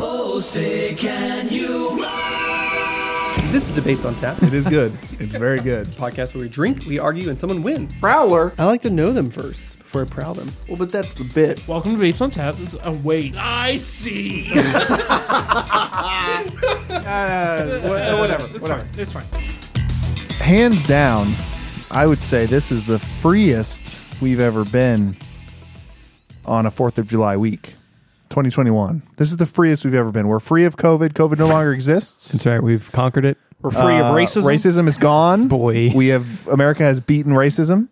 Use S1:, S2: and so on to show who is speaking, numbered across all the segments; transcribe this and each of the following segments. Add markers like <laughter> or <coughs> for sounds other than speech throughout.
S1: Oh, say can you
S2: This is Debates on Tap,
S3: It is good. It's very good.
S2: a podcast where we drink, we argue, and someone wins.
S3: Prowler.
S2: I like to know them first before I prowl them.
S3: Well, but that's the bit.
S4: Welcome to Babes on Tap. This is, oh, wait. I <laughs> see.
S3: Uh,
S4: it's
S3: whatever. Whatever.
S4: fine. It's fine.
S3: Hands down, I would say this is the freest we've ever been on a Fourth of July week. 2021. This is the freest we've ever been. We're free of COVID. COVID no longer exists.
S5: That's right. We've conquered it.
S4: We're free
S3: Uh,
S4: of racism.
S3: racism is gone.
S5: Boy.
S3: we have America has beaten racism.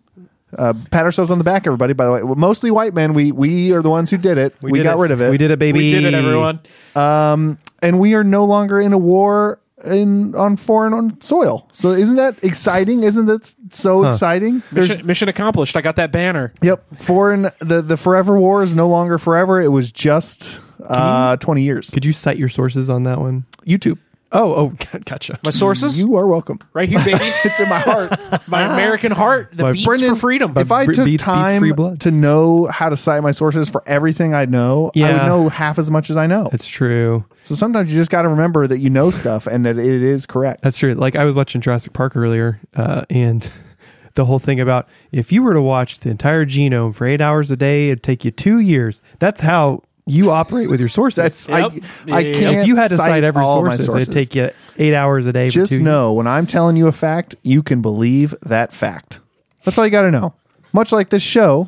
S3: Uh, pat ourselves on the back, everybody. By the way, mostly white men. We we are the ones who did it. We,
S5: did
S3: got
S5: it.
S3: rid of it.
S5: We did it, baby.
S4: We did it, everyone.
S3: and we are no longer in a war in on foreign on soil. So isn't that exciting? Isn't that so exciting? There's
S4: Mission, mission accomplished. I got that banner.
S3: yep, foreign the the forever war is no longer forever. It was just uh 20 years.
S5: Could you cite your sources on that one?
S3: YouTube.
S5: Oh, oh, <laughs> g- gotcha.
S4: My sources?
S3: You are welcome.
S4: right here, baby.
S3: <laughs> It's in my heart.
S4: My American heart. The
S5: My
S4: beats
S3: Brendan,
S4: for freedom.
S3: If I
S5: Bre-
S3: took
S5: beat- beat
S3: time
S5: free blood.
S3: to know how to cite my sources for everything I know, I would
S5: Yeah.
S3: know half as much as I know.
S5: That's true.
S3: so sometimes you just got to remember that you know stuff and that it is correct.
S5: That's true. Like I was watching Jurassic Park earlier, uh, and <laughs> the whole thing about if you were to watch the entire genome for eight hours a day, it'd take you two years. That's how you operate with your sources.
S3: That's
S4: Yep.
S3: I, I
S4: Yeah.
S3: can't.
S5: if you had to cite, every
S3: all my
S5: sources,
S3: sources.
S5: it'd take you eight hours a day. for
S3: just
S5: two
S3: know when I'm telling you a fact, you can believe that fact. That's all you got to know. Much like this show,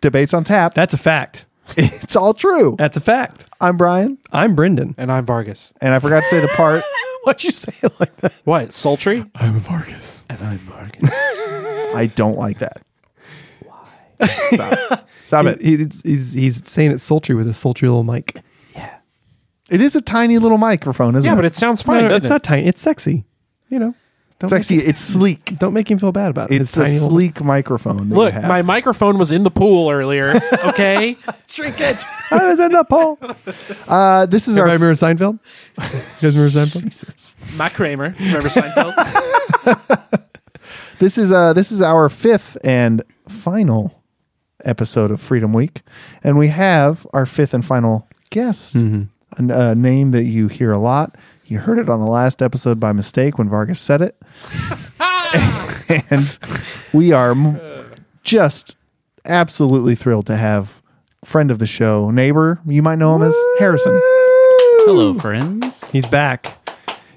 S3: debates on tap.
S5: That's a fact.
S3: it's all true.
S5: That's a fact.
S3: I'm Brian,
S5: I'm Brendan.
S4: and I'm Vargas.
S3: and I forgot to say the part.
S5: Why'd you say it like that?
S4: What? Sultry?
S5: I'm Vargas.
S4: And I'm Vargas.
S3: I don't like that. Why? Stop, Stop
S5: <laughs>
S3: it.
S5: He, he's, he's, he's saying it sultry with a sultry little mic.
S3: It is a tiny little microphone, isn't
S4: yeah,
S3: it?
S4: but it sounds
S5: No,
S4: fine.
S5: no,
S4: doesn't
S5: it's
S4: it?
S5: not tiny. It's sexy. You know, don't
S3: it's actually it's sleek.
S5: Make, don't make him feel bad about it.
S3: It's a
S5: little-
S3: sleek microphone. that you
S4: Look,
S3: have.
S4: my microphone was in the pool
S3: <laughs>
S4: earlier. Okay.
S5: shrinkage. I was in the <laughs> poll.
S3: uh, this is our.
S5: Everybody remember Seinfeld? You guys remember Seinfeld?
S4: Matt Kramer. Remember
S3: <laughs>
S4: Seinfeld?
S3: This is uh this is our fifth and final episode of Freedom Week, and we have our fifth and final guest,
S6: Mm-hmm.
S3: An- a, name that you hear a lot. You heard it on the last episode by mistake when Vargas said it, <laughs> and we are m- just absolutely thrilled to have friend of the show, neighbor. You might know him as Harrison.
S6: Hello, friends.
S5: He's back.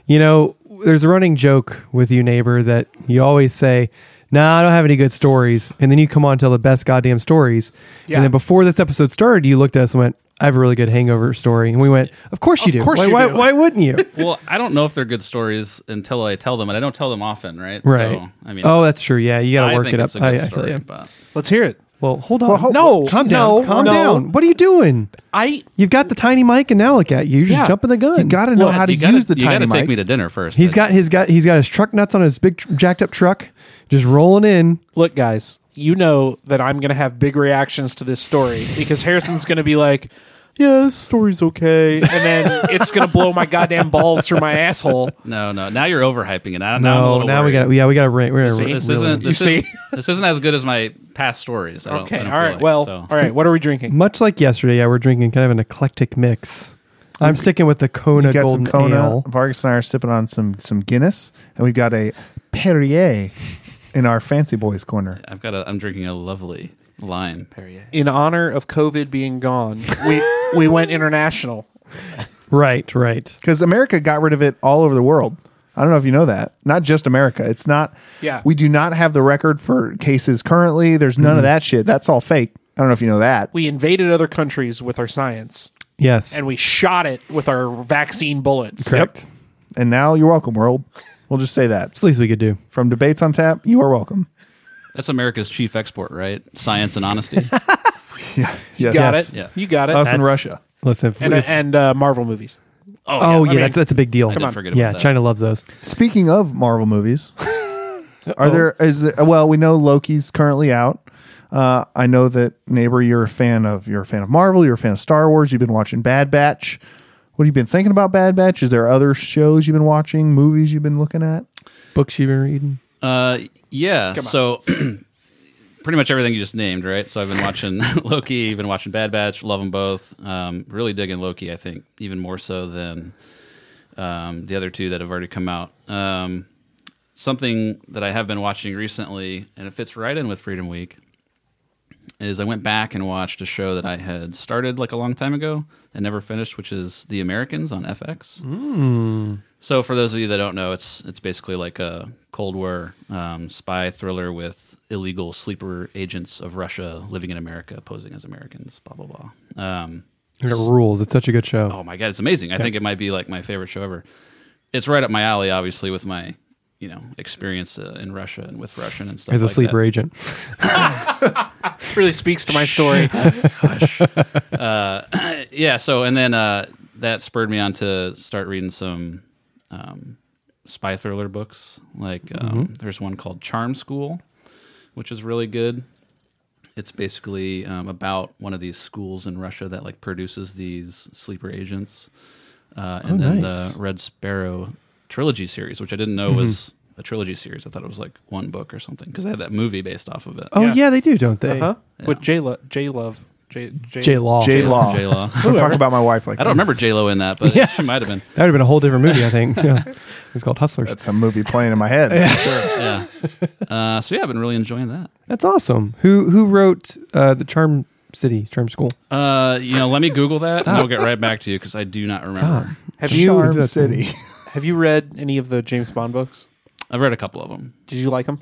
S5: You know, there's a running joke with you, neighbor, that you always say, Nah, I don't have any good stories. And then you come on and tell the best goddamn stories.
S4: Yeah.
S5: And then before this episode started, you looked at us and went, I have a really good hangover story. And we went, Of course you do.
S4: course
S5: why,
S4: you
S5: why,
S4: do."
S5: why wouldn't you?
S6: Well, I don't know if they're good stories until I tell them, and I don't tell them often, right?
S5: right.
S6: So, I mean,
S5: oh, that's true. Yeah. You got
S6: I
S5: to work
S6: think
S5: it up.
S6: it's a good
S5: I- I feel
S6: story,
S5: you.
S6: but
S4: Let's hear it.
S5: Well, hold on.
S3: Well, ho-
S4: No,
S5: calm down.
S4: no,
S5: calm
S4: no.
S5: down. What are you doing?
S4: I
S5: You've got the tiny mic, and now look at you. You're just
S4: Yeah.
S5: jumping the gun.
S3: You got to know
S6: Well,
S3: how to
S6: you gotta,
S3: use the
S6: you gotta
S3: tiny mic.
S6: take me to dinner first.
S5: He's got he's got he's got his truck nuts on his big tr- jacked up truck, just rolling in.
S4: look, guys, you know that I'm going to have big reactions to this story because Harrison's going to be like, yeah, this story's okay.
S3: <laughs>
S4: And then it's going to blow my goddamn balls through my asshole.
S6: no, no. Now you're overhyping it. Now, now I'm a
S5: No,
S6: little
S5: now we
S6: worried.
S5: got yeah we got to rank. We're gonna
S4: see?
S5: ra-
S6: This
S5: really- <laughs>
S6: isn't. This,
S4: You
S6: is,
S4: see?
S6: this isn't as good as my past stories. I don't,
S4: Okay.
S6: I
S4: All
S6: don't
S4: right.
S6: Feel like,
S4: well,
S6: so.
S4: all right. What are we drinking?
S5: much like yesterday. Yeah, we're drinking kind of an eclectic mix. I'm sticking with the Kona
S3: We got
S5: Golden
S3: some Kona.
S5: Ale.
S3: Vargas and I are sipping on some some Guinness, and we've got a Perrier in our fancy boys corner.
S6: I've got. A, I'm drinking a lovely lime Perrier.
S4: In honor of COVID being gone, we, we went international.
S5: Right, right.
S3: Because America got rid of it all over the world. I don't know if you know that. Not just America. It's not.
S4: Yeah.
S3: We do not have the record for cases currently. There's none
S4: Mm-hmm.
S3: of that shit. That's all fake. I don't know if you know that.
S4: We invaded other countries with our science
S5: Yes,
S4: and we shot it with our vaccine bullets.
S5: correct.
S3: And now you're welcome, world. We'll just say that.
S5: It's the least we could do.
S3: From debates on tap, you are welcome.
S6: That's America's chief export, right? Science
S5: <laughs>
S6: and honesty.
S3: Yes.
S4: You got
S3: Yes.
S4: it.
S6: Yeah.
S4: You got it.
S3: Us and
S5: That's-
S3: Russia.
S5: Listen, if,
S4: and
S5: if-
S4: and uh, Marvel movies.
S5: oh yeah,
S4: I mean,
S5: that's, that's a big deal.
S6: Didn't Forget
S5: Yeah,
S6: about that.
S5: China loves those.
S3: Speaking of Marvel
S6: <laughs>
S3: movies,
S6: Oh.
S3: are there is there, well we know Loki's currently out. Uh, I know that neighbor, you're a fan of you're a fan of Marvel, you're a fan of Star Wars. You've been watching Bad Batch. What have you been thinking about Bad Batch? Is there other shows you've been watching, movies you've been looking at?
S5: Books you've been reading.
S6: Uh, yeah. So Uh, <clears throat> pretty much everything you just named, right? So I've been watching <laughs> Loki, been watching Bad Batch, love them both. Um, really digging Loki, I think, even more so than um, the other two that have already come out. Um, something that I have been watching recently, and it fits right in with Freedom Week, is I went back and watched a show that I had started like a long time ago and never finished, which is The Americans on FX. So for those of you that don't know, it's it's basically like a Cold War um, spy thriller with illegal sleeper agents of Russia living in America, posing as Americans. Blah blah blah. Um,
S5: It rules. It's such a good show.
S6: oh my god, it's amazing! I think it might be like my favorite show ever. It's right up my alley, obviously, with my you know experience uh, in Russia and with Russian and stuff.
S5: as a
S6: like
S5: sleeper
S6: that.
S5: agent.
S4: really speaks to my
S3: <laughs>
S4: story.
S6: yeah so and then uh that spurred me on to start reading some um spy thriller books like um,
S5: Mm-hmm.
S6: there's one called charm school which is really good it's basically um, about one of these schools in russia that like produces these sleeper agents uh, and then
S5: Oh, nice.
S6: the red sparrow trilogy series which i didn't know was
S5: Mm-hmm.
S6: a trilogy series i thought it was like one book or something because they had that movie based off of it
S5: Oh yeah,
S4: Yeah.
S5: they do, don't they?
S6: Uh-huh.
S4: Huh? With
S6: Yeah.
S4: J Lo, J Love, J J.
S5: J Law.
S3: J Law.
S6: J-Lo.
S3: Don't talk about my wife like
S6: <laughs>
S3: that.
S6: i don't remember j-lo in
S5: <laughs>
S6: that but she might have been
S5: That would have been a whole different movie, I think. <laughs> Yeah. It's called Hustlers.
S3: That's a movie playing in my head.
S6: <laughs> yeah. Uh, so yeah, I've been really enjoying that.
S5: That's awesome. Who who wrote uh, the Charm City, Charm School?
S6: Uh, you know, let me Google that, and we'll get right back to you because I do not remember.
S4: Have you
S3: Charm
S5: That's-
S3: City.
S4: have you read any of the James Bond books?
S6: I've read a couple of them.
S4: Did you like them?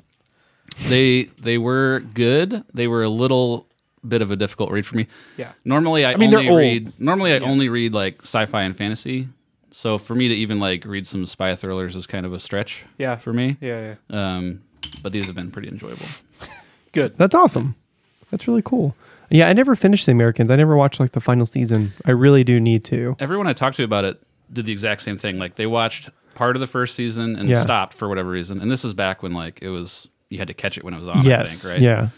S6: They they were good. They were a little bit of a difficult read for me.
S4: Yeah.
S6: Normally, I,
S4: mean, they're
S6: only
S4: old.
S6: read. Normally, I only read like sci-fi and fantasy. So for me to even like read some spy thrillers is kind of a stretch.
S4: Yeah.
S6: For me.
S4: Yeah, yeah.
S6: Um, but these have been pretty enjoyable.
S4: Good.
S5: That's awesome. That's really cool. Yeah, I never finished The Americans. I never watched like the final season. I really do need to.
S6: Everyone I talked to about it did the exact same thing. Like they watched part of the first season and
S5: Yeah.
S6: stopped for whatever reason. And this is back when like it was you had to catch it when it was on.
S5: yes.
S6: Oh, I think, right?
S5: Yeah.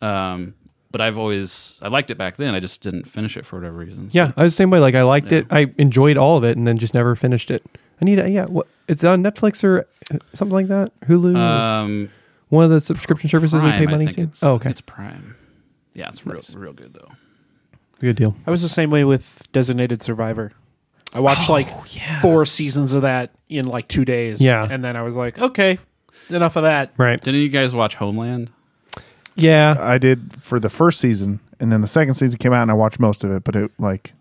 S6: Um, but I've always I liked it back then. I just didn't finish it for whatever reason. So
S5: Yeah. I was the same way. Like I liked it. I enjoyed all of it, and then just never finished it. I need. A, yeah. What? It's on Netflix or uh, something like that. Hulu.
S6: Um,
S5: one of the subscription services
S6: Prime,
S5: we pay
S6: I
S5: money
S6: think
S5: to.
S6: It's,
S5: Oh, okay.
S6: It's Prime. Yeah, it's real, real good though.
S5: Good deal.
S4: I was the same way with Designated Survivor. I watched like
S6: Oh,
S4: four seasons of that in like two days.
S5: Yeah.
S4: And then I was like, okay, enough of that.
S5: Right.
S6: Didn't you guys watch Homeland?
S5: Yeah.
S3: <laughs>
S6: uh,
S3: I did for the first season, and then the second season came out, and I watched most of it, but it like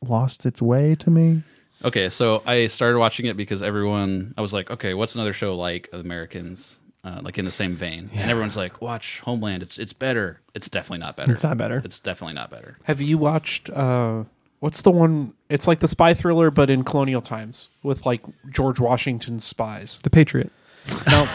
S3: lost its way to me.
S6: Okay, so I started watching it because everyone I was like, okay, what's another show like Americans? Uh, like in the same vein, and everyone's like, "Watch Homeland. It's it's better. It's definitely not better.
S5: It's not better.
S6: It's definitely not better."
S4: Have you watched, uh, what's the one? It's like the spy thriller, but in colonial times with like George Washington's spies.
S5: the Patriot.
S4: No,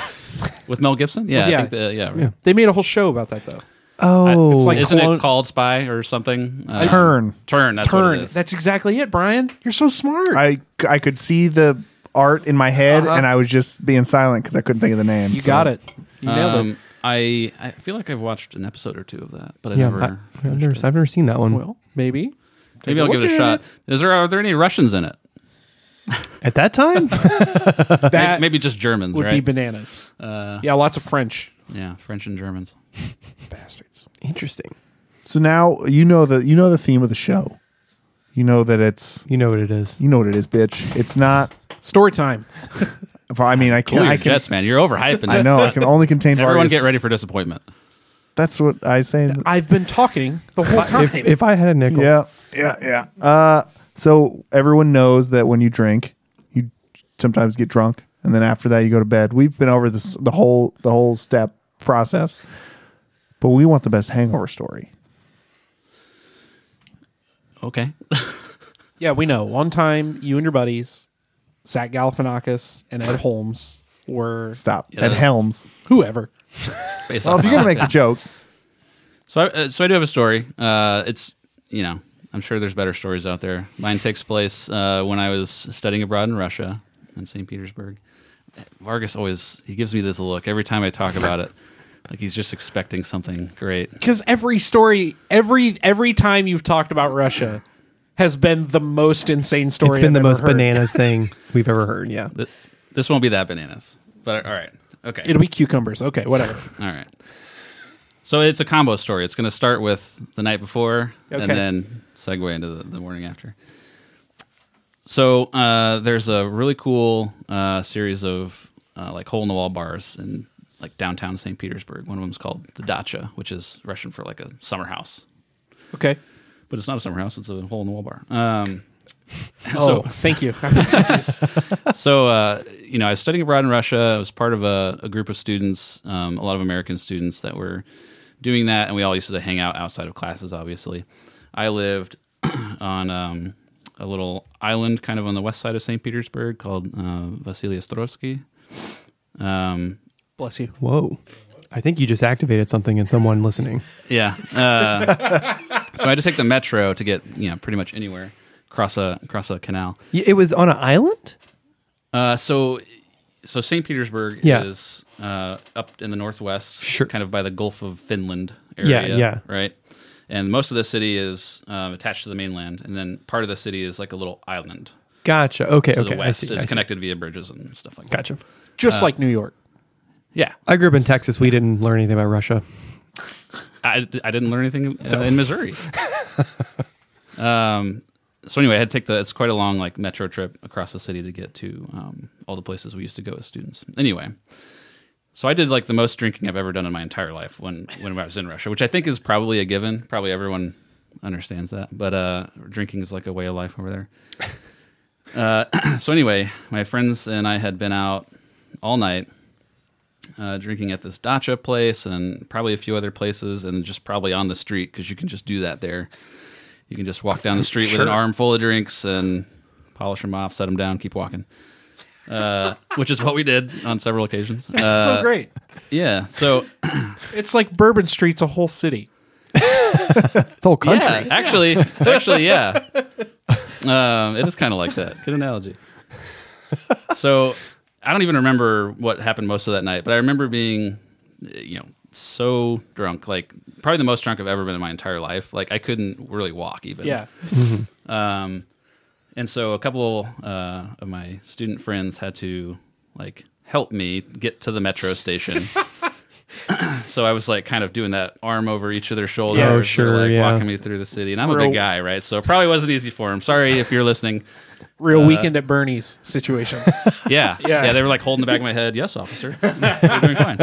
S6: With Mel Gibson, yeah,
S4: Yeah.
S6: I think the, yeah, right.
S5: Yeah.
S4: they made a whole show about that though.
S5: Oh,
S4: it's like-
S6: Isn't
S4: Clone-
S6: it called Spy or something? Uh,
S3: Turn.
S6: turn. That's what it
S4: Turn.
S6: is.
S4: That's exactly it, Brian. You're so smart.
S3: <laughs> I I could see the art in my head, and I was just being silent because I couldn't think of the name.
S4: you
S3: so
S4: got
S3: I was-
S4: it. You nailed it.
S6: Um, I I feel like I've watched an episode or two of that, but I
S5: yeah.
S6: never.
S5: I, have never, I've never seen that one.
S4: Well, maybe.
S6: <laughs> Maybe I'll
S4: Take a
S6: give it a
S4: look
S6: shot.
S4: at
S6: Is there are there any Russians in it?
S5: At that
S6: <laughs>
S5: time,
S4: That
S6: Maybe just Germans,
S4: would be
S6: right?
S4: bananas.
S6: uh,
S4: Yeah, lots of French
S6: yeah, French and Germans.
S4: bastards.
S5: interesting.
S3: So now you know the you know the theme of the show. You know that it's
S5: You know what it is.
S3: you know what it is, bitch. It's not.
S4: Story time.
S3: I mean, I
S6: Cool,
S3: can
S6: your
S3: I can
S6: Jets, man. You're overhyping.
S3: I
S6: it.
S3: know I can only contain
S6: <laughs> Everyone,
S3: artists.
S6: get ready for disappointment.
S3: That's what I say.
S4: I've been talking the
S6: <laughs>
S4: whole time.
S5: If, if I had a nickel,
S3: Yeah, yeah, yeah. Uh, so everyone knows that when you drink, you sometimes get drunk, and then after that, you go to bed. We've been over this the whole the whole step process, but we want the best hangover story.
S6: Okay. <laughs>
S4: yeah, we know. One time, you and your buddies, Zach Galifianakis and Ed Holmes, were
S3: Stop
S6: Yeah.
S3: at Helms.
S4: whoever.
S6: Based
S3: Well, if
S6: off
S3: you're
S6: my-
S3: gonna make the joke,
S6: so I, uh, so I do have a story. Uh, it's you know I'm sure there's better stories out there. Mine takes place uh, when I was studying abroad in Russia in St. Petersburg. Vargas always he gives me this look every time I talk about it, like he's just expecting something great.
S4: Because every story, every every time you've talked about Russia, has been the most insane story.
S5: it's been
S4: I've
S5: the
S4: ever
S5: most
S4: heard.
S5: bananas
S6: <laughs>
S5: thing we've ever heard. Yeah.
S6: Th- This won't be that bananas, but all right. Okay.
S5: <laughs>
S4: It'll be cucumbers. Okay, whatever.
S6: All right. So it's a combo story. It's going to start with the night before and
S4: Okay.
S6: then segue into the, the morning after. So uh, there's a really cool uh, series of uh, like hole in the wall bars in like downtown St. Petersburg. One of them's called the Dacha, which is Russian for like a summer house,
S4: Okay.
S6: but it's not a summer house. It's a hole in the wall bar. Um,
S4: Oh, thank you. I was
S5: <laughs>
S4: confused.
S6: so uh, you know, I was studying abroad in Russia. I was part of a, a group of students, um, a lot of American students that were doing that, and we all used to hang out outside of classes. Obviously, I lived <clears throat> on um, a little island, kind of on the west side of Saint Petersburg, called uh, Vasily Ostrovsky. Um,
S4: Bless you.
S5: Whoa. I think you just activated something in someone listening.
S6: Yeah. Uh, so I had to take the metro to get you know pretty much anywhere across a across a canal.
S5: Y- It was on an island?
S6: Uh, so so St. Petersburg
S5: Yeah.
S6: is uh, up in the northwest,
S5: Sure.
S6: kind of by the Gulf of Finland
S5: Yeah,
S6: area.
S5: yeah.
S6: Right. And most of the city is um, attached to the mainland, and then part of the city is like a little island
S5: Gotcha. Okay.
S6: to
S5: okay.
S6: the west.
S5: I see, I
S6: it's
S5: see.
S6: connected via bridges and stuff like that.
S5: Gotcha.
S4: Just
S5: Uh,
S4: like New York.
S6: Yeah,
S5: I grew up in Texas. We didn't learn anything about Russia.
S6: I, I didn't learn anything uh,
S5: <laughs>
S6: in Missouri. um, so anyway, I had to take the. It's quite a long like metro trip across the city to get to um, all the places we used to go as students. Anyway, so I did like the most drinking I've ever done in my entire life when when I was in Russia, which I think is probably a given. Probably everyone understands that, but uh, drinking is like a way of life over there. <laughs> Uh, <clears throat> so anyway, my friends and I had been out all night uh, drinking at this dacha place and probably a few other places and just probably on the street because you can just do that there you can just walk down the street with an arm full of drinks and polish them off set them down keep walking uh, which is what we did on several occasions
S4: It's
S6: Uh,
S4: so great.
S6: yeah so
S4: It's like Bourbon Street's a whole city.
S5: It's whole country.
S6: yeah actually actually yeah um, it is kind of like that good analogy so I don't even remember what happened most of that night, but I remember being, uh, you know, so drunk, like probably the most drunk I've ever been in my entire life. Like I couldn't really walk even.
S4: Yeah.
S6: Um, and so a couple uh, of my student friends had to like help me get to the metro station. so I was like kind of doing that arm over each of their shoulders,
S5: Oh,
S6: They're,
S5: sure,
S6: like
S5: yeah.
S6: walking me through the city. And I'm a
S4: Real-
S6: big guy, right? So it probably wasn't easy for him. Sorry if you're listening.
S4: Real
S5: Uh,
S4: weekend at Bernie's situation.
S5: <laughs>
S6: Yeah.
S4: Yeah.
S6: <laughs> yeah. They were like holding the back of my head. Yes, officer. <laughs> You're doing fine.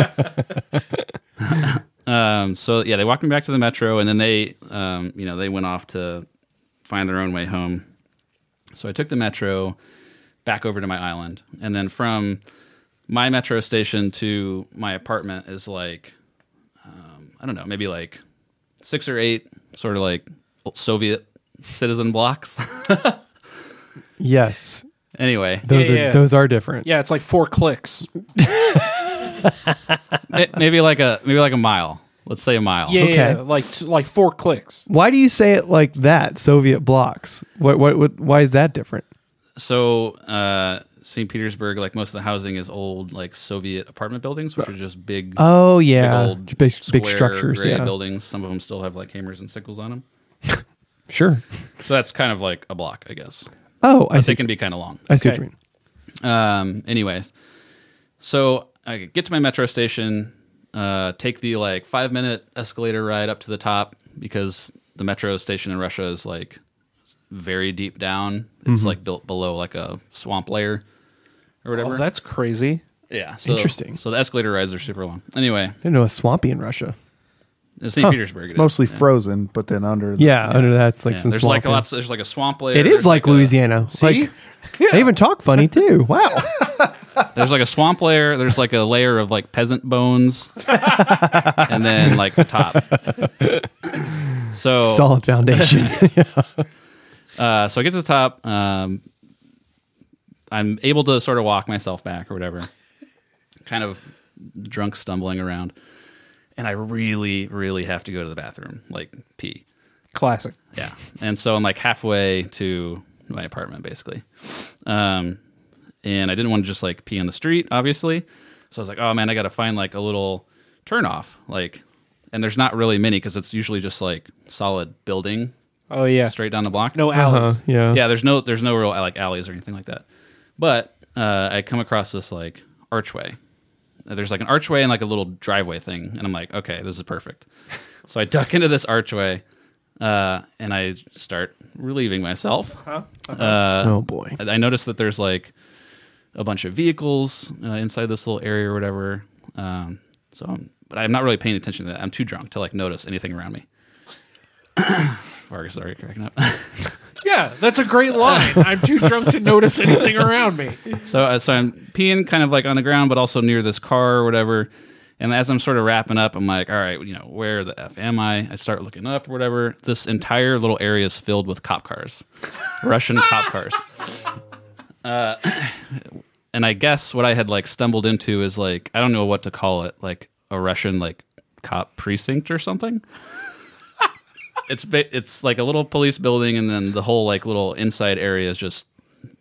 S6: <laughs> um, so yeah, they walked me back to the metro and then they, um, you know, they went off to find their own way home. So I took the metro back over to my island. And then from my metro station to my apartment is like, um, I don't know, maybe like six or eight sort of like Soviet citizen blocks. <laughs>
S5: Yes.
S6: anyway,
S5: Those
S4: Yeah,
S5: are
S4: yeah.
S5: those are different.
S4: yeah, it's like four clicks.
S6: may- maybe like a, maybe like a mile. Let's say a mile.
S4: Yeah,
S5: Okay.
S4: yeah, like t- like four clicks.
S5: Why do you say it like that? Soviet blocks. What what, what why is that different?
S6: so uh, St. Petersburg, like most of the housing is old, like Soviet apartment buildings, which are just big,
S5: Oh
S6: big
S5: yeah.
S6: old
S5: Big big,
S6: square
S5: structures,
S6: gray
S5: yeah.
S6: buildings. Some of them still have like hammers and sickles on them.
S5: Sure.
S6: So that's kind of like a block, I guess.
S5: Oh, I
S6: But
S5: see.
S6: they can be kind of long.
S5: I see what
S4: Okay.
S5: you mean.
S6: Um, anyways, so I get to my metro station, uh, take the like five minute escalator ride up to the top because the metro station in Russia is like very deep down.
S5: Mm-hmm.
S6: It's like built below like a swamp layer or whatever.
S4: Oh, that's crazy.
S6: Yeah. So,
S5: Interesting.
S6: So the escalator rides are super long. Anyway,
S5: I didn't know a swampy in Russia.
S6: in St. Petersburg, it is.
S3: Mostly frozen, but then under. The,
S5: Yeah, under that's like
S6: Yeah,
S5: some
S6: there's
S5: swamp.
S6: like a lots. There's like a swamp layer.
S5: it
S6: there's
S5: is like
S6: a-
S5: Louisiana.
S6: <laughs>
S5: Like they even talk funny too. Wow. <laughs>
S6: There's like a swamp layer. There's like a layer of like peasant bones,
S5: <laughs>
S6: and then like the top. So
S5: Solid foundation.
S6: Uh, so I get to the top. Um, I'm able to sort of walk myself back or whatever, kind of drunk stumbling around. And I really, really have to go to the bathroom, like pee.
S4: Classic.
S6: Yeah. And so I'm like halfway to my apartment, basically. Um, and I didn't want to just like pee on the street, obviously. So I was like, oh man, I got to find like a little turnoff. Like, and there's not really many because it's usually just like solid building
S4: Oh yeah.
S6: straight down the block
S4: No alleys.
S5: <laughs> Uh, yeah.
S6: yeah there's no there's no real like alleys or anything like that but uh, i come across this like archway there's like an archway and like a little driveway thing, and I'm like, okay, this is perfect. so I duck into this archway, uh, and I start relieving myself. Uh,
S5: Oh boy.
S6: I I noticed that there's like a bunch of vehicles uh, inside this little area or whatever. Um, so, I'm, but I'm not really paying attention to that. I'm too drunk to like notice anything around me. <coughs> Vargas is already cracking up.
S4: Yeah, that's a great line. I'm too drunk to notice anything around me.
S6: so, uh, so I'm peeing kind of like on the ground, but also near this car or whatever. And as I'm sort of wrapping up, I'm like, all right, you know, where the F am I? I start looking up or whatever. This entire little area is filled with cop cars, Russian cop cars. Uh, <clears throat> and I guess what I had like stumbled into is like, I don't know what to call it, like a Russian like cop precinct or something. it's, ba- it's like a little police building, and then the whole like little inside area is just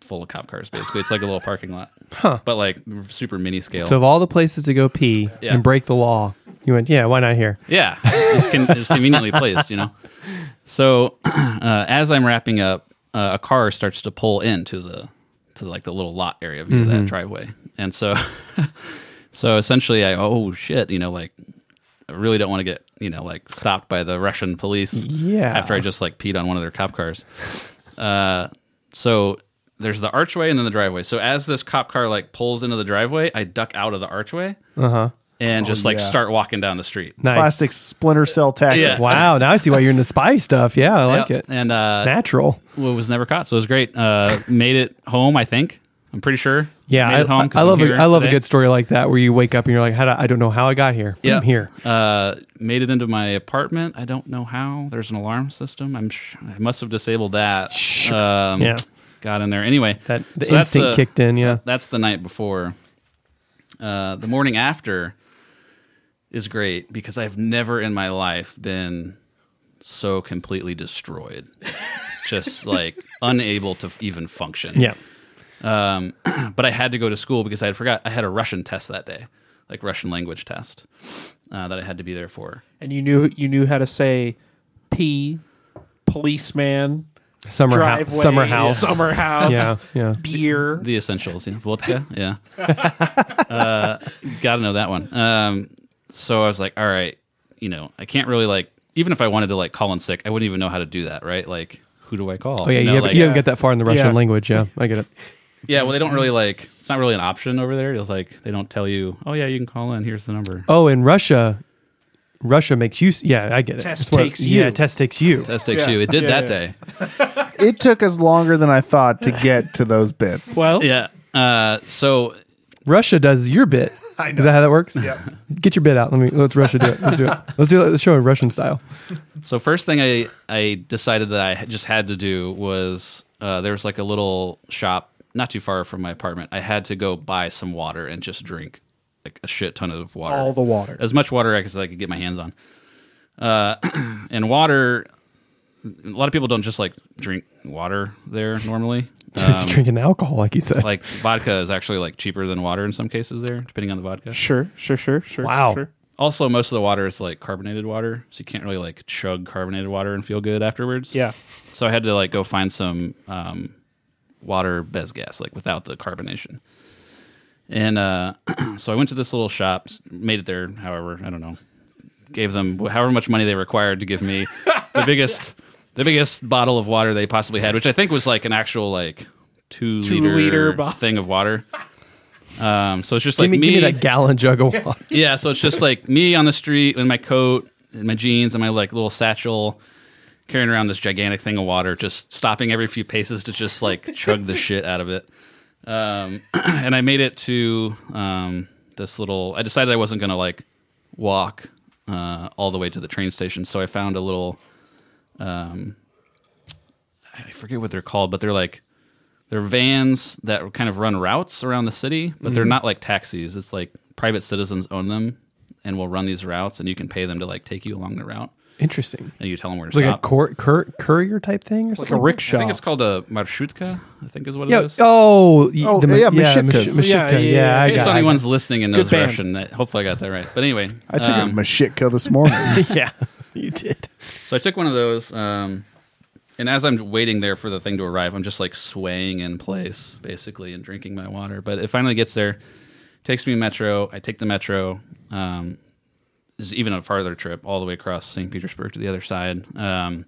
S6: full of cop cars basically it's like a little parking lot but like super mini scale
S5: So of all the places to go pee
S6: Yeah.
S5: and break the law, you went, yeah, why not here?
S6: yeah it's, con- it's conveniently placed you know so <clears throat> uh, as i'm wrapping up uh, a car starts to pull into the to like the little lot area via
S5: Mm-hmm.
S6: that driveway and so <laughs> so essentially i oh shit you know like i really don't want to get you know like stopped by the russian police
S5: Yeah.
S6: after i just like peed on one of their cop cars uh, so there's the archway and then the driveway so as this cop car like pulls into the driveway i duck out of the archway
S5: Uh-huh.
S6: and just like
S3: yeah.
S6: start walking down the street
S5: Nice.
S6: <laughs>
S3: Plastic splinter cell tactic.
S6: Yeah.
S5: Wow, now I see why you're into spy stuff. Yeah, I like it.
S6: Yep. And uh,
S5: Natural.
S6: well, it was never caught, so it was great. Uh, made it home, I think. I'm pretty sure.
S5: Yeah,
S6: Made
S5: I,
S6: it home 'cause
S5: I
S6: I'm
S5: love a,
S6: here
S5: I love a
S6: today.
S5: good story like that where you wake up and you're like, how do, I don't know how I got here. but
S6: Yeah,
S5: I'm here.
S6: Uh, made it into my apartment. I don't know how. There's an alarm system. I'm sh- I must have disabled that. Um,
S5: Yeah.
S6: Got in there anyway.
S5: That the
S6: so that's
S5: instinct
S6: the-
S5: kicked in. Yeah.
S6: That's the night before. Uh, the morning after is great because I've never in my life been so completely destroyed, just like unable to f- even function.
S5: Yeah.
S6: Um, but I had to go to school because I had forgot I had a Russian test that day, like Russian language test uh, that I had to be there for.
S4: And you knew you knew how to say P, policeman,
S5: Summer, hou-
S4: driveway,
S5: summer house.
S4: summer house,
S5: Yeah, yeah.
S4: beer.
S6: The essentials, you
S4: <laughs>
S6: know, vodka, yeah. uh, gotta know that one. Um, so I was like, all right, you know, I can't really like, even if I wanted to like call in sick, I wouldn't even know how to do that, right? Like, who do I call?
S5: Oh, yeah, you,
S6: know,
S5: haven't,
S6: like-
S5: you haven't got that far in the Russian
S4: Yeah.
S5: language.
S4: <laughs>
S5: Yeah, I get it.
S6: yeah. Well, they don't really like. It's not really an option over there. It's like they don't tell you. Oh yeah, you can call in. Here's the number.
S5: Oh, in Russia, Russia makes use. Yeah, I get it.
S4: Test
S5: That's what-
S4: takes you.
S5: Yeah, test takes you.
S6: Test takes you. It did
S4: Yeah,
S6: that
S4: yeah.
S6: day.
S3: It took us longer than I thought to get to those bits.
S5: Well,
S6: Yeah. Uh, so
S5: Russia does
S4: <laughs>
S5: your bit. Is that how that works? Yeah. Get your bit out. Let me. Let's Russia do it. Let's do
S4: <laughs>
S5: it. Let's do it. Let's show it Russian style.
S6: So first thing I I decided that I just had to do was uh, there was like a little shop not too far from my apartment. I had to go buy some water and just drink like a shit ton of water,
S4: All the water.
S6: as much water as I could get my hands on. Uh, <clears throat> and water, a lot of people don't just like drink water there normally.
S5: Just
S6: Um,
S5: drinking alcohol, like you said.
S6: like vodka is actually like cheaper than water in some cases there, depending on the vodka.
S4: Sure, sure, sure, sure.
S5: Wow.
S4: Sure.
S6: Also, most of the water is like carbonated water, so you can't really like chug carbonated water and feel good afterwards.
S4: Yeah.
S6: So I had to like go find some um, water bez gas, like without the carbonation. And uh, <clears throat> so I went to this little shop, s- made it there. However, I don't know, gave them wh- however much money they required to give me the biggest, the biggest bottle of water they possibly had, which I think was like an actual like two, liter,
S4: liter bo-
S6: thing of water. Um, so it's just
S5: give,
S6: like
S5: me,
S6: me,
S5: give me that gallon
S4: <laughs>
S5: jug of water.
S6: yeah, so it's just like me on the street in my coat and my jeans and my like little satchel carrying around this gigantic thing of water, just stopping every few paces to just like chug the shit out of it. Um, <clears throat> and I made it to um, this little. I decided I wasn't gonna like walk uh, all the way to the train station, so I found a little. Um, I forget what they're called, but they're like they're vans that kind of run routes around the city, but they're not like taxis. It's like private citizens own them and will run these routes, and you can pay them to like take you along the route,
S5: Interesting.
S6: and you tell them where to
S5: It's like a
S6: stop.
S5: cour- cur- courier type thing or
S4: Like
S5: something.
S4: a
S6: I
S4: rickshaw.
S6: think it's called a marshutka. I think is what it
S5: Yeah.
S6: is.
S5: Oh.
S3: Oh,
S5: ma-
S3: yeah,
S5: mash-
S3: mashitkas.
S5: Yeah.
S4: Yeah, yeah, yeah.
S5: I
S6: In case
S5: got it.
S6: anyone's listening and knows
S4: band.
S6: Russian, that, hopefully I got that right. But anyway,
S3: I took
S6: um,
S3: a Mashitka this
S6: <laughs>
S3: morning. <laughs>
S5: Yeah. <laughs> You did.
S6: So I took one of those, um, and as I'm waiting there for the thing to arrive, I'm just like swaying in place, basically, and drinking my water. But it finally gets there, Takes me metro. I take the metro. Um, this is even a farther trip all the way across St. Petersburg to the other side. Um,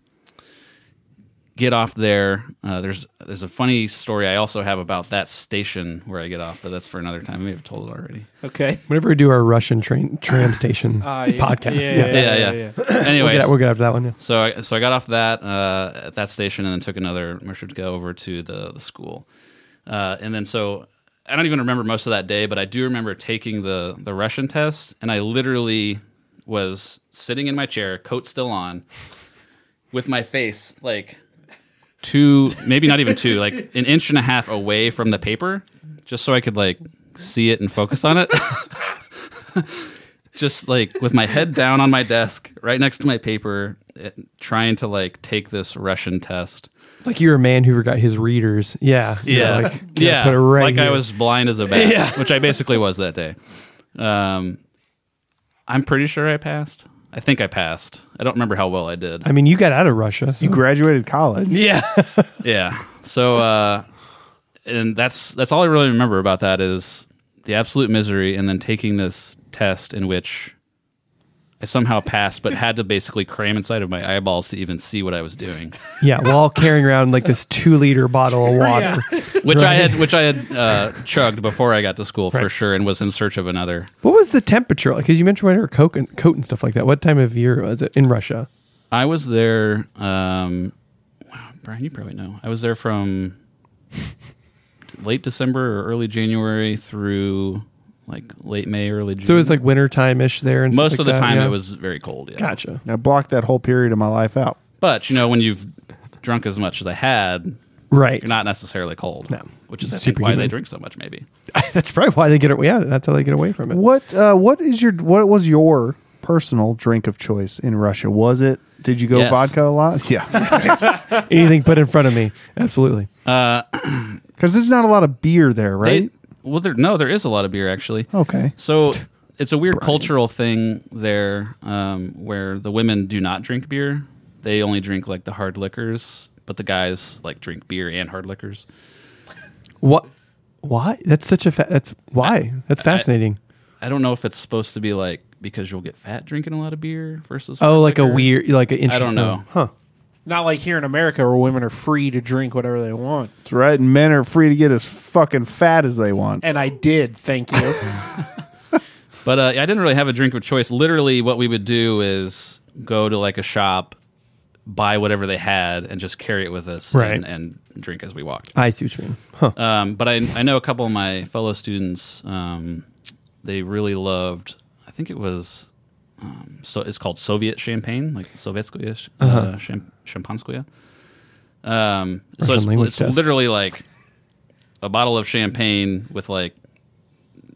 S6: get off there. Uh, there's there's a funny story I also have about that station where I get off, but that's for another time. I may have told it already.
S4: Okay.
S5: Whenever we do our Russian train tram station <laughs> podcast,
S4: Yeah. Yeah.
S6: Ah, Yeah, yeah. Anyway, <coughs>
S5: We'll, get, we'll get after that one. Yeah.
S6: so I, so I got off that uh, at that station and then took another marshrutka over to the the school, uh, and then so I don't even remember most of that day, but I do remember taking the the Russian test, and I literally was sitting in my chair, coat still on, with my face like two, maybe not even two, like an inch and a half away from the paper, just so I could like see it and focus on it. <laughs> just like with my head down on my desk, right next to my paper, eh, trying to like take this Russian test.
S5: Like you're a man who forgot his readers. Yeah. You're Like,
S6: like,
S5: gotta
S6: yeah.
S5: Put it right
S6: like I
S5: here.
S6: was blind as a bat, which I basically was that day. Um, I'm pretty sure I passed. I think I passed. I don't remember how well I did.
S5: I mean, you got out of Russia. So. <laughs>
S3: You graduated college.
S5: yeah.
S6: yeah. So, uh, and that's that's all I really remember about that is the absolute misery, and then taking this test in which I somehow passed, but had to basically cram inside of my eyeballs to even see what I was doing,
S5: yeah. While carrying around like this two liter bottle
S6: <laughs>
S5: of water.
S6: which I had which I had uh, chugged before I got to school for sure, and was in search of another.
S5: What was the temperature? Because you mentioned whenever coat and, coat and stuff like that. What time of year was it in Russia?
S6: I was there. Um, wow, Brian, you probably know. I was there from late December or early January through like late May, early June.
S5: So it was like wintertime ish there. And
S6: most
S5: stuff
S6: of
S5: like
S6: the
S5: that,
S6: time
S5: yeah?
S6: it was very cold. Yeah.
S5: Gotcha.
S3: I blocked that whole period of my life out.
S6: But you know, when you've drunk as much as I had,
S5: Right.
S6: you're not necessarily cold.
S5: No.
S6: Which is I think, why
S5: Superhuman.
S6: they drink so much. Maybe
S5: <laughs> that's probably why they get it. Yeah. That's how they get away from it.
S3: What uh, what is your what was your personal drink of choice in Russia? Was it did you go
S6: Yes.
S3: vodka a lot? <laughs> Yeah.
S5: Anything put in front of me. Absolutely.
S3: Cuz there's not a lot of beer there, right?
S6: They- well, there no, there is a lot of beer actually.
S5: Oh.
S3: okay.
S5: <laughs>
S6: So it's a weird cultural thing there um, where the women do not drink beer. They only drink like the hard liquors, but the guys like drink beer and hard liquors.
S5: What? Why? That's such a. Fa- that's why. That's fascinating.
S6: I don't know if it's supposed to be like because you'll get fat drinking a lot of beer versus
S5: oh,
S6: hard
S5: like a
S6: liquor.
S5: weird. Like an interesting. oh,
S6: know.
S5: Huh.
S4: Not like here in America where women are free to drink whatever they want.
S3: That's right. And men are free to get as fucking fat as they want.
S4: And I did, thank
S5: <laughs>
S4: you.
S6: But uh, I didn't really have a drink of choice. Literally, what we would do is go to like a shop, buy whatever they had, and just carry it with us
S5: Right.
S6: and, and drink as we walked.
S5: I see what you mean. Huh.
S6: Um, but I, I know a couple of my fellow students, um, they really loved, I think it was, um, so it's called Soviet champagne, like Sovetskoye sh- uh champ- Champanskoye. Um, so
S5: Uh-huh. Russian
S6: it's,
S5: language
S6: it's
S5: test.
S6: literally like a bottle of champagne with like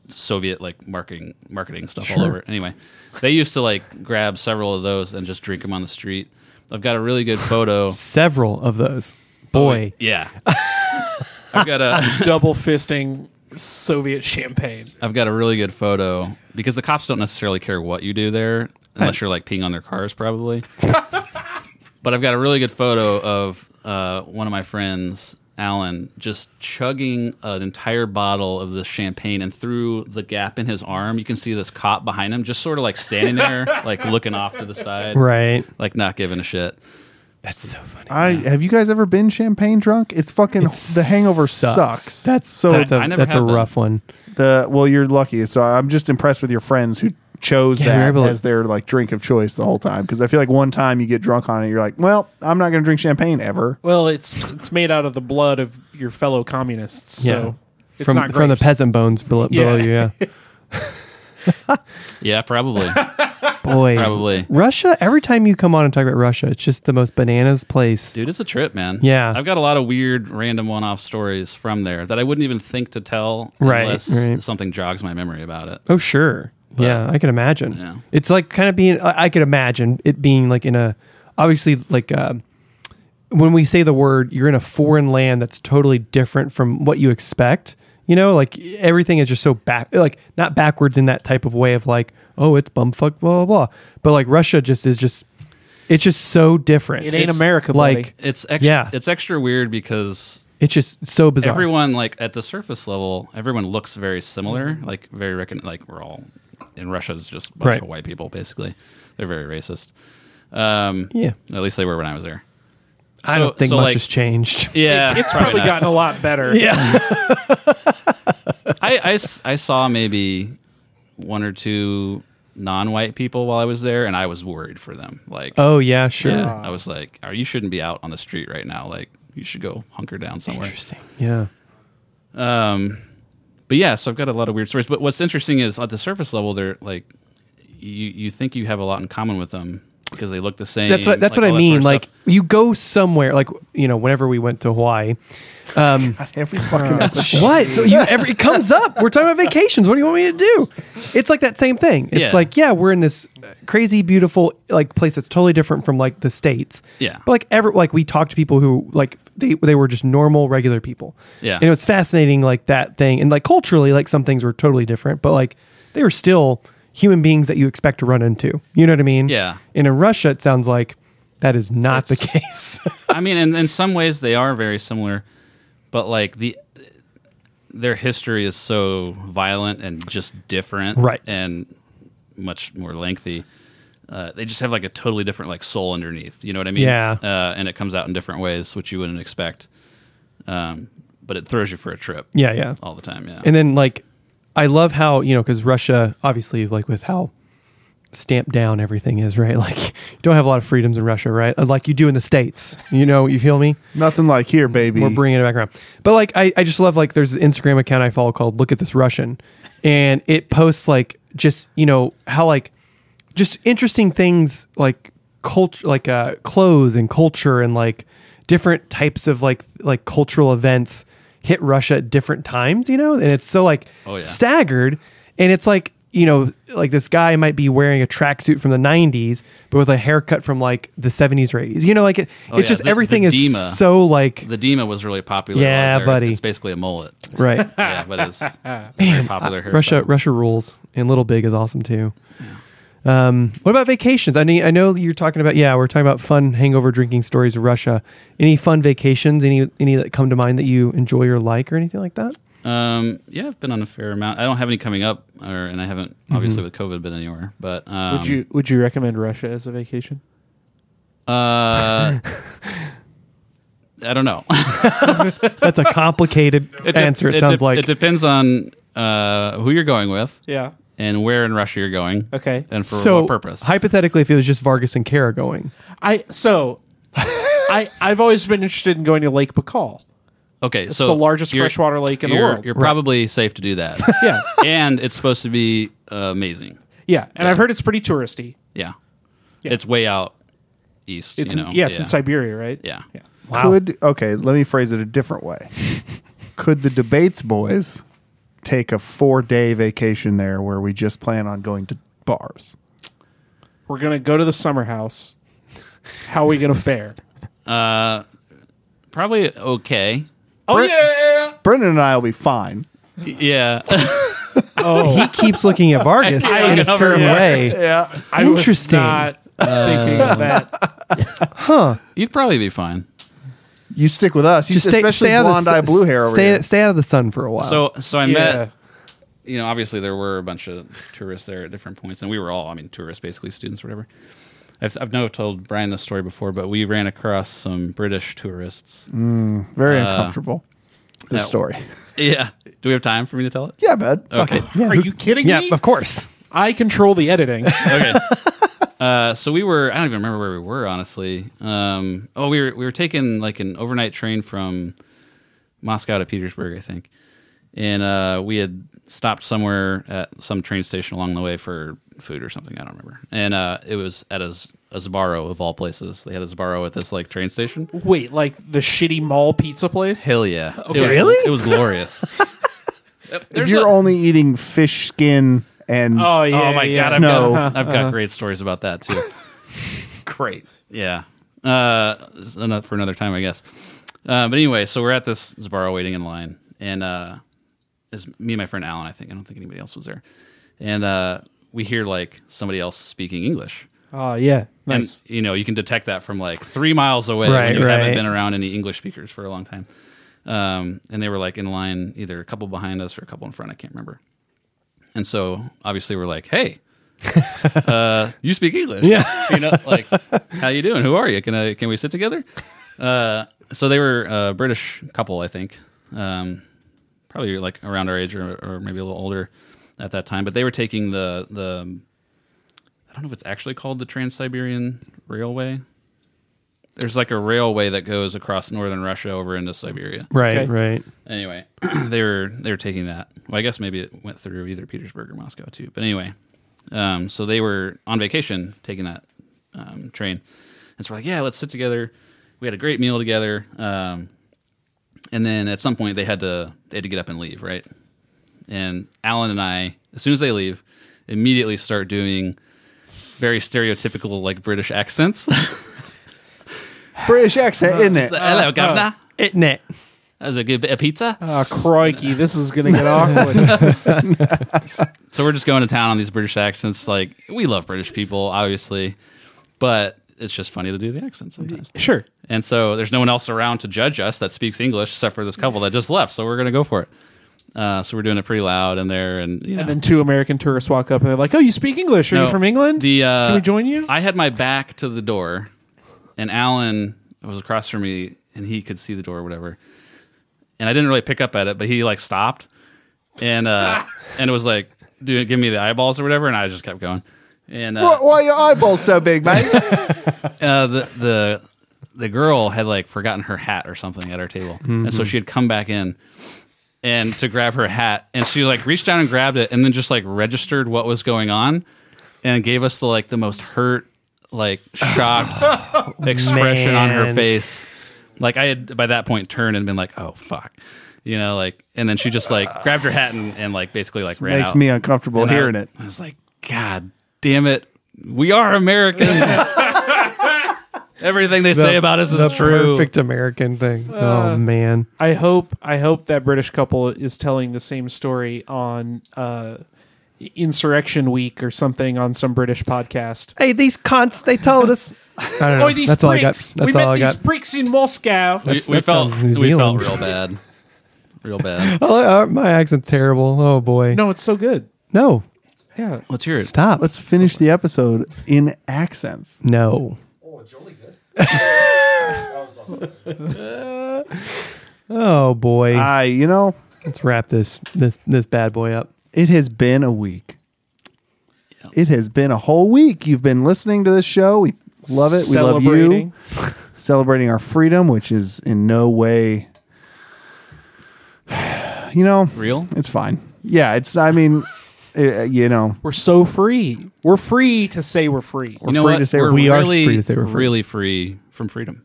S6: Soviet like marketing marketing stuff all over it. Anyway, they used to like grab several of those and just drink them on the street. I've got a really
S5: <laughs>
S6: good photo.
S5: Several of those. Boy.
S6: yeah. I've got a
S4: Double fisting Soviet champagne.
S6: I've got a really good photo because the cops don't necessarily care what you do there unless you're like peeing on their cars, probably. <laughs> but I've got a really good photo of uh, one of my friends, Alan, just chugging an entire bottle of this champagne, and through the gap in his arm, you can see this cop behind him, just sort of like standing there, like looking off to the side,
S5: Right.
S6: like not giving a shit.
S5: That's so funny.
S3: I have you guys ever been champagne drunk? It's fucking the hangover sucks.
S5: That's so.
S3: so
S5: That's a,
S6: I never
S5: that's a
S6: have been.
S5: rough one.
S3: the well you're lucky. So I'm just impressed with your friends who chose
S5: Yeah, you're
S3: that
S5: able to-
S3: as their like drink of choice the whole time because I feel like one time you get drunk on it you're like, "Well, I'm not going to drink champagne ever." <laughs>
S4: Well, it's it's made out of the blood of your fellow communists, so it's
S5: from
S4: not
S5: from the
S4: grapes.
S5: peasant bones below, below
S4: Yeah.
S5: you. <laughs> Yeah.
S6: Yeah, probably.
S5: Boy.
S6: Probably.
S5: Russia. Every time you come on and talk about Russia, it's just the most bananas place.
S6: Dude, it's a trip, man.
S5: Yeah.
S6: I've got a lot of weird, random one off stories from there that I wouldn't even think to tell
S5: Right,
S6: unless
S5: right.
S6: something jogs my memory about it.
S5: Oh sure, yeah, I can imagine.
S6: Yeah.
S5: It's like kind of being. I, I could imagine it being like in a obviously like uh, when we say the word, you're in a foreign land that's totally different from what you expect. You know, like everything is just so back, like not backwards in that type of way of like, oh, it's bumfuck, blah blah blah. But like Russia just is just, it's just so different.
S4: It ain't
S5: It's
S4: America, buddy.
S5: like
S6: It's extra,
S5: Yeah.
S6: it's extra weird because
S5: It's just so bizarre.
S6: everyone like at the surface level, everyone looks very similar. Like very recon- like we're all in Russia's just a bunch
S5: Right.
S6: of white people basically. They're very racist. Um,
S5: Yeah.
S6: At least they were when I was there.
S5: I
S6: So-
S5: don't think
S6: so,
S5: much
S6: like,
S5: has changed.
S6: <laughs>
S4: <laughs>
S6: Yeah,
S4: It's probably
S6: not.
S4: gotten a lot better.
S5: <laughs> yeah.
S6: I, I s- I saw maybe one or two non-white people while I was there, and I was worried for them. Like,
S5: Oh yeah, sure.
S6: yeah, I was like, "Oh, you shouldn't be out on the street right now. Like, you should go hunker down somewhere."
S5: Interesting. Yeah.
S6: Um, but yeah, so I've got a lot of weird stories. But what's interesting is at the surface level, they're like, you you think you have a lot in common with them because they look the same.
S5: That's what that's
S6: like,
S5: what I
S6: all that
S5: mean.
S6: sort of
S5: like
S6: stuff.
S5: you go somewhere, like you know, whenever we went to Hawaii. Um,
S3: Every fucking episode.
S5: what? So you every it comes up. We're talking about vacations. What do you want me to do? It's like that same thing. It's
S6: Yeah.
S5: like yeah, we're in this crazy, beautiful like place that's totally different from like the states.
S6: Yeah.
S5: But like ever, like we talked to people who like they they were just normal, regular people.
S6: Yeah.
S5: And it was fascinating, like that thing, and like culturally, like some things were totally different, but like they were still human beings that you expect to run into. You know what I mean?
S6: Yeah.
S5: And in Russia, it sounds like that is not the <laughs>
S6: <laughs>
S5: case.
S6: I mean, and in some ways they are very similar, but like the their history is so violent and just different,
S5: Right.
S6: And much more lengthy. Uh, they just have like a totally different like soul underneath. You know what I mean?
S5: Yeah.
S6: Uh, and it comes out in different ways, which you wouldn't expect. Um, but it throws you for a trip.
S5: yeah, yeah.
S6: All the time. Yeah.
S5: And then like I love how, you know, cuz Russia obviously like with how stamped down everything is, right? <laughs> Like you don't have a lot of freedoms in Russia, right? Like you do in the states. You know, you feel me?
S3: Nothing like here, baby.
S5: We're bringing it back around. But like, I, I just love like there's an Instagram account I follow called Look at This Russian, and it posts like just you know how like just interesting things like culture, like uh, clothes and culture and like different types of like like cultural events hit Russia at different times. You know, and it's so like
S6: Oh, yeah.
S5: staggered, and it's like. You know, like this guy might be wearing a tracksuit from the '90s, but with a haircut from like the '70s or '80s. You know, like it,
S6: Oh,
S5: it's
S6: yeah,
S5: just
S6: the- the
S5: everything is
S6: Dima.
S5: so like
S6: the Dima was really popular.
S5: Yeah,
S6: while I was there.
S5: buddy.
S6: It's basically a mullet.
S5: right. uh,
S6: yeah, but
S5: <laughs>
S6: it's, it's a very popular. hairstyle.
S5: Russia, Russia rules, and Little Big is awesome too. Um, what about vacations? I mean, I know you're talking about. Yeah, we're talking about fun hangover drinking stories of Russia. Any fun vacations? Any any that come to mind that you enjoy or like or anything like that?
S6: Um, yeah, I've been on a fair amount. I don't have any coming up, or and I haven't obviously with COVID been anywhere. But um,
S4: Mm-hmm. Would you would you recommend Russia as a vacation?
S6: Uh, I
S4: <laughs>
S6: don't know.
S5: That's a complicated answer. It,
S6: de-
S5: sounds
S6: de-
S5: like
S6: it depends on uh, who you're going with
S4: Yeah.
S6: and where in Russia you're going.
S4: Okay.
S6: and for
S5: so.
S6: what purpose?
S5: Hypothetically, if it was just Vargas and Kara going,
S4: I so <laughs> I I've always been interested in going to Lake Baikal.
S6: okay,
S4: It's
S6: so
S4: the largest
S6: you're-
S4: freshwater lake in the
S6: you're-
S4: world.
S6: You're probably safe to do
S4: <laughs>
S6: that.
S4: yeah.
S6: and it's supposed to be uh, amazing.
S4: Yeah. And I've heard it's pretty touristy.
S6: Yeah. it's way out east.
S4: It's
S6: you
S4: in,
S6: know?
S4: yeah, it's in Siberia, right?
S6: Yeah.
S4: Yeah.
S3: Could okay, let me phrase it a
S5: <laughs>
S3: different way. Could the debates boys take a four day vacation there where we just plan on going to bars?
S4: We're gonna go to the summer house. How are we gonna fare?
S6: Uh, probably okay.
S4: <laughs> Oh yeah.
S3: Brendan and I will be fine.
S6: Yeah. <laughs>
S4: Oh,
S5: he keeps looking at Vargas
S6: I-
S5: in a
S6: I-
S5: certain
S6: yeah.
S4: <laughs>
S5: way.
S3: Yeah.
S4: I
S5: Interesting.
S4: was not thinking of that.
S6: You'd probably be fine.
S3: You stick with us. You
S5: Just stay,
S3: especially
S5: stay out of
S3: blonde
S5: the,
S3: eye
S5: sun-
S3: blue hair over
S5: stay,
S3: here.
S5: stay out of the sun for a while.
S6: So so I
S4: Yeah.
S6: met you know, obviously there were a bunch of tourists there at different points, and we were all, I mean, tourists, basically students, whatever. I've, I've never told Brian this story before, but we ran across some British tourists.
S3: Very
S6: Uh,
S3: uncomfortable.
S6: <laughs>
S3: This
S6: no.
S3: story.
S6: Yeah. Do we have time for me to tell it?
S3: Yeah, bud.
S6: Okay.
S5: yeah,
S4: Are
S5: who-
S4: you kidding
S5: yeah,
S4: me?
S5: of course.
S4: I control the editing.
S6: okay. <laughs> Uh, so we were, I don't even remember where we were, honestly. Um, oh, we were, we were taking like an overnight train from Moscow to Petersburg, I think. And uh, we had stopped somewhere at some train station along the way for food or something. I don't remember. And uh, it was at a, z- a Sbarro of all places. They had a Sbarro at this like train station.
S4: Wait, like the shitty mall pizza place?
S6: Hell yeah. Okay. It was,
S5: Really?
S6: It was glorious. Yep,
S3: If
S6: there's
S3: you're
S6: a-
S3: only eating fish skin and
S4: Oh yeah.
S6: oh my
S4: yeah.
S6: God, I've
S3: Snow.
S6: got, I've got great stories about that too.
S3: great.
S6: Yeah. Uh, s- enough for another time, I guess. Uh, but anyway, so we're at this Zabaro waiting in line, and uh, it's me and my friend Alan. I think I don't think anybody else was there, and uh, we hear like somebody else speaking English.
S4: Oh yeah. Nice.
S6: And you know, you can detect that from like three miles away
S5: Right,
S6: when you
S5: right.
S6: haven't been around any English speakers for a long time. Um, and they were like in line, either a couple behind us or a couple in front. I can't remember. And so obviously we're like, hey, uh, you speak English. Yeah. you know, like, how you doing? Who are you? Can I, can we sit together? Uh, so they were a British couple, I think. Um, probably like around our age or, or maybe a little older at that time, but they were taking the, the, I don't know if it's actually called the Trans-Siberian Railway. There's like a railway that goes across northern Russia over into Siberia
S5: Right,
S4: Okay.
S5: right.
S6: anyway, <clears throat> they were they were taking that. Well, I guess maybe it went through either Petersburg or Moscow too. But anyway, um, so they were on vacation taking that um, train, and so we're like, yeah, let's sit together. We had a great meal together, um, and then at some point they had to they had to get up and leave, right? And Alan and I, as soon as they leave, immediately start doing very stereotypical like British accents. <laughs>
S3: British accent, isn't it?
S6: Hello, governor.
S5: It net.
S6: That was a good bit of pizza.
S4: Ah, crikey, this is gonna get awkward.
S6: So we're just going to town on these British accents. Like we love British people, obviously, but it's just funny to do the accent sometimes.
S4: sure.
S6: And so there's no one else around to judge us that speaks English except for this couple that just left. So we're gonna go for it. Uh, so we're doing it pretty loud in there, and you know.
S4: And then two American tourists walk up and they're like, "Oh, you speak English? Are
S6: No,
S4: you from England?
S6: The, uh,
S4: Can we join you?"
S6: I had my back to the door, and Alan was across from me, and he could see the door, or whatever. And I didn't really pick up at it, but he like stopped,
S4: <laughs>
S6: and uh, and it was like, dude, give me the eyeballs or whatever, and I just kept going. And uh,
S3: Why, why are your eyeballs so big, mate?
S6: uh, the the the girl had like forgotten her hat or something at our table, and
S3: Mm-hmm.
S6: so she had come back in and to grab her hat, and she like reached down and grabbed it, and then just like registered what was going on, and gave us the like the most hurt, like
S3: <laughs> Oh,
S6: shocked expression on her
S5: Man.
S6: face. Like I had by that point turned and been like, oh fuck. You know, like, and then she just like grabbed her hat and, and like basically like <laughs> ran
S3: Makes
S6: out.
S3: me uncomfortable
S6: And I-
S3: hearing it.
S6: I was like, God damn it. We are
S5: <laughs>
S6: Americans. Everything they say about us
S5: the
S6: is true. Uh.
S5: perfect American thing. oh man.
S4: I hope I hope that British couple is telling the same story on uh, Insurrection Week or something on some British podcast.
S5: Hey, these cunts, they told us. <laughs> I don't know.
S4: Oh, these
S5: That's all I got.
S4: bricks!
S5: That's
S4: we
S5: all
S4: met
S5: I
S4: these
S5: got.
S4: bricks in Moscow.
S6: We,
S5: That's-
S6: we
S5: that
S6: felt
S5: sounds New
S6: we felt
S5: Zealand.
S6: real bad. Real bad.
S5: <laughs> Oh, uh, my accent's terrible. Oh boy.
S4: No, it's so good.
S5: no.
S4: Yeah.
S6: Let's hear it.
S5: Stop.
S3: Let's finish the episode in accents.
S5: no. <laughs> Oh, boy.
S3: I, you know,
S5: Let's wrap this this this bad boy up.
S3: it has been a week. It has been a whole week. You've been listening to this show. We love it. We love you.
S4: Celebrating.
S3: Celebrating our freedom, which is in no way, <sighs> you know,
S6: Real?
S3: it's fine. Yeah, it's, I mean, eh, you know,
S4: We're so free. We're free to say we're free.
S3: we're free to say we're,
S5: we are
S6: really,
S5: free to say we're free.
S6: really free from freedom.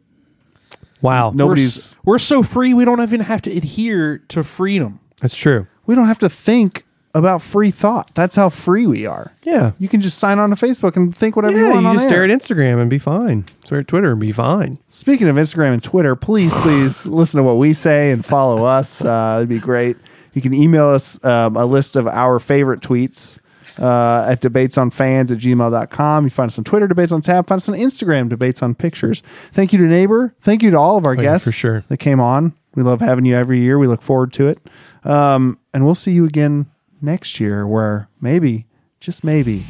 S5: Wow.
S4: We're,
S3: nobody's,
S4: s- we're so free we don't even have to adhere to freedom.
S5: That's true.
S3: we don't have to think about free thought. That's how free we are.
S5: Yeah.
S3: You can just sign on to Facebook and think whatever you
S5: Yeah,
S3: want.
S5: you
S3: on
S5: just
S3: air.
S5: stare at Instagram and be fine. Stare at Twitter and be fine.
S3: Speaking of Instagram and Twitter, please,
S5: <sighs>
S3: please listen to what we say and follow us. Uh, it'd be great. You can email us um, a list of our favorite tweets uh, at debatesonfans at gmail.com. You find us on Twitter, Debates on Tap. Find us on Instagram, Debates on Pictures. Thank you to Neighbor. Thank you to all of
S5: Oh,
S3: our
S5: yeah,
S3: guests
S5: for sure.
S3: that came on. We love having you every year. We look forward to it. Um, and we'll see you again next year where maybe, just maybe,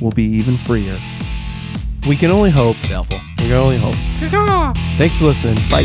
S3: we'll be even freer.
S5: We can only hope.
S6: Doubtful.
S5: We can only hope. Thanks for listening. Bye.